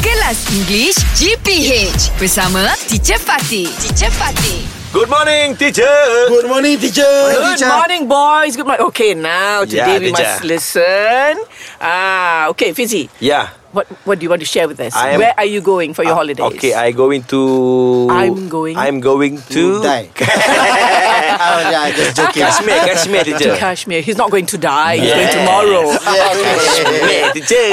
Kelas English GPH bersama Teacher Fatih. Teacher Fatih. Good morning, teacher. Good morning, teacher. Good morning, boys. Good morning. Okay, now today Yeah, we teacher. must listen. Ah, okay, Fizzy. Yeah. What What do you want to share with us? I am- Ah, Where are you going for your holidays? Okay, I going to. I'm going- I'm going to. Die. oh, yeah, I just joking. Kashmir, Kashmir, to teacher. Kashmir. He's not going to die. He's Yes. going tomorrow. Kashmir, teacher.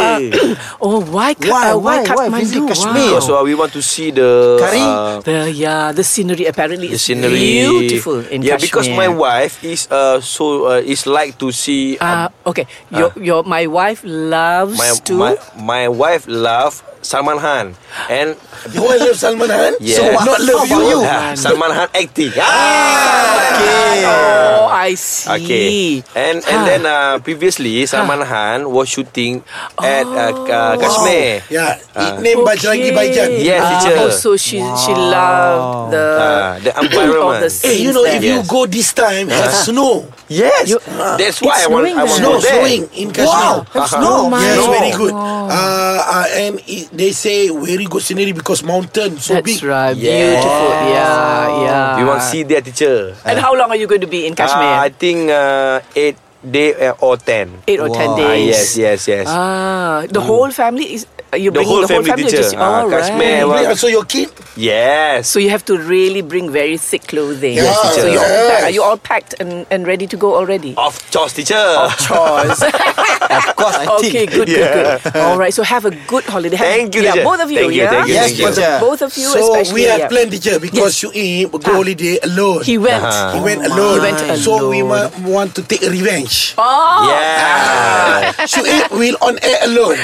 Oh, why? Ka- Why, uh, why, why why, Kathmandu? visit Kashmir? Wow. Oh, so we want to see the Curry? uh, The yeah, the scenery apparently the is scenery. beautiful in yeah, Kashmir. because my wife is uh so uh, is like to see. Uh, Uh, okay, your your my wife loves my, to. my my wife love Salman Khan and You want love Salman Khan? yes. So what? Not love Salman you. Khan. Salman Khan acting. Ah, Ah. oh, I see. Okay. And and Ah. then uh, Ha. previously Salman Khan was shooting at uh, Oh. uh, Kashmir. Oh, Yeah, it name Bajrangi Baijan. Yes, Ah, teacher. Oh, so she she loved the Ah, the Oh. of environment. the Hey, scenes you know, there. if you Yes. go this time, have snow. Yes. You- That's why I It's want I snowing want to go there. Snow, there. snowing in Kashmir. Wow, have Uh-huh. snow. Oh my Yes, God. very good. Uh, uh, and it, they say very good scenery because mountain so That's big. right. Yeah. Beautiful. Yeah, yeah. We want to see their teacher. And how long are you going to be in Uh, I Kashmir? think uh, eight day uh, or ten. Eight or Ah, ten days. yes, yes, yes. Ah, the whole family is. Are you The whole bringing the whole family, family? or teacher. just- Ah, all right. Kashmir, You well- bring also your kid? yes. So you have to really bring very thick clothing. Yes, teacher. so you all Yes. pack- are you all packed and, and ready to go already? Of course, teacher. Choice. of course, I Okay, good, good, good. All right, so have a good holiday. Have- Thank you, yeah, teacher. both of you. Thank you, yeah? thank you, Yes, thank you. teacher. both of you. so especially, we have yeah. Ah. planned teacher because you in go holiday alone. He went. He went alone. Oh He went alone. So we ma- want to take revenge. Oh, Yeah. Suib will on air alone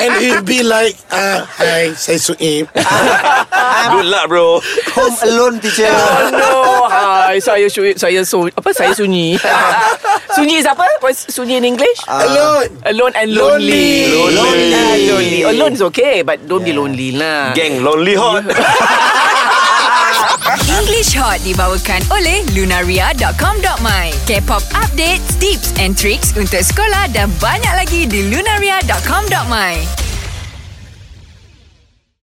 And he'll be like uh, Hi, say Suib Good luck, bro. Home alone teacher Oh no Hai Saya su- Saya su- Apa Saya sunyi Sunyi is apa What's sunyi in English Alone Alone and Uh, Lonely. lonely Lonely. Ah, lonely. Alone is okay But don't be lonely lah Gang lonely hot. English Hot dibawakan oleh lunaria.com.my. K-pop updates, tips and tricks untuk sekolah dan banyak lagi di lunaria.com.my.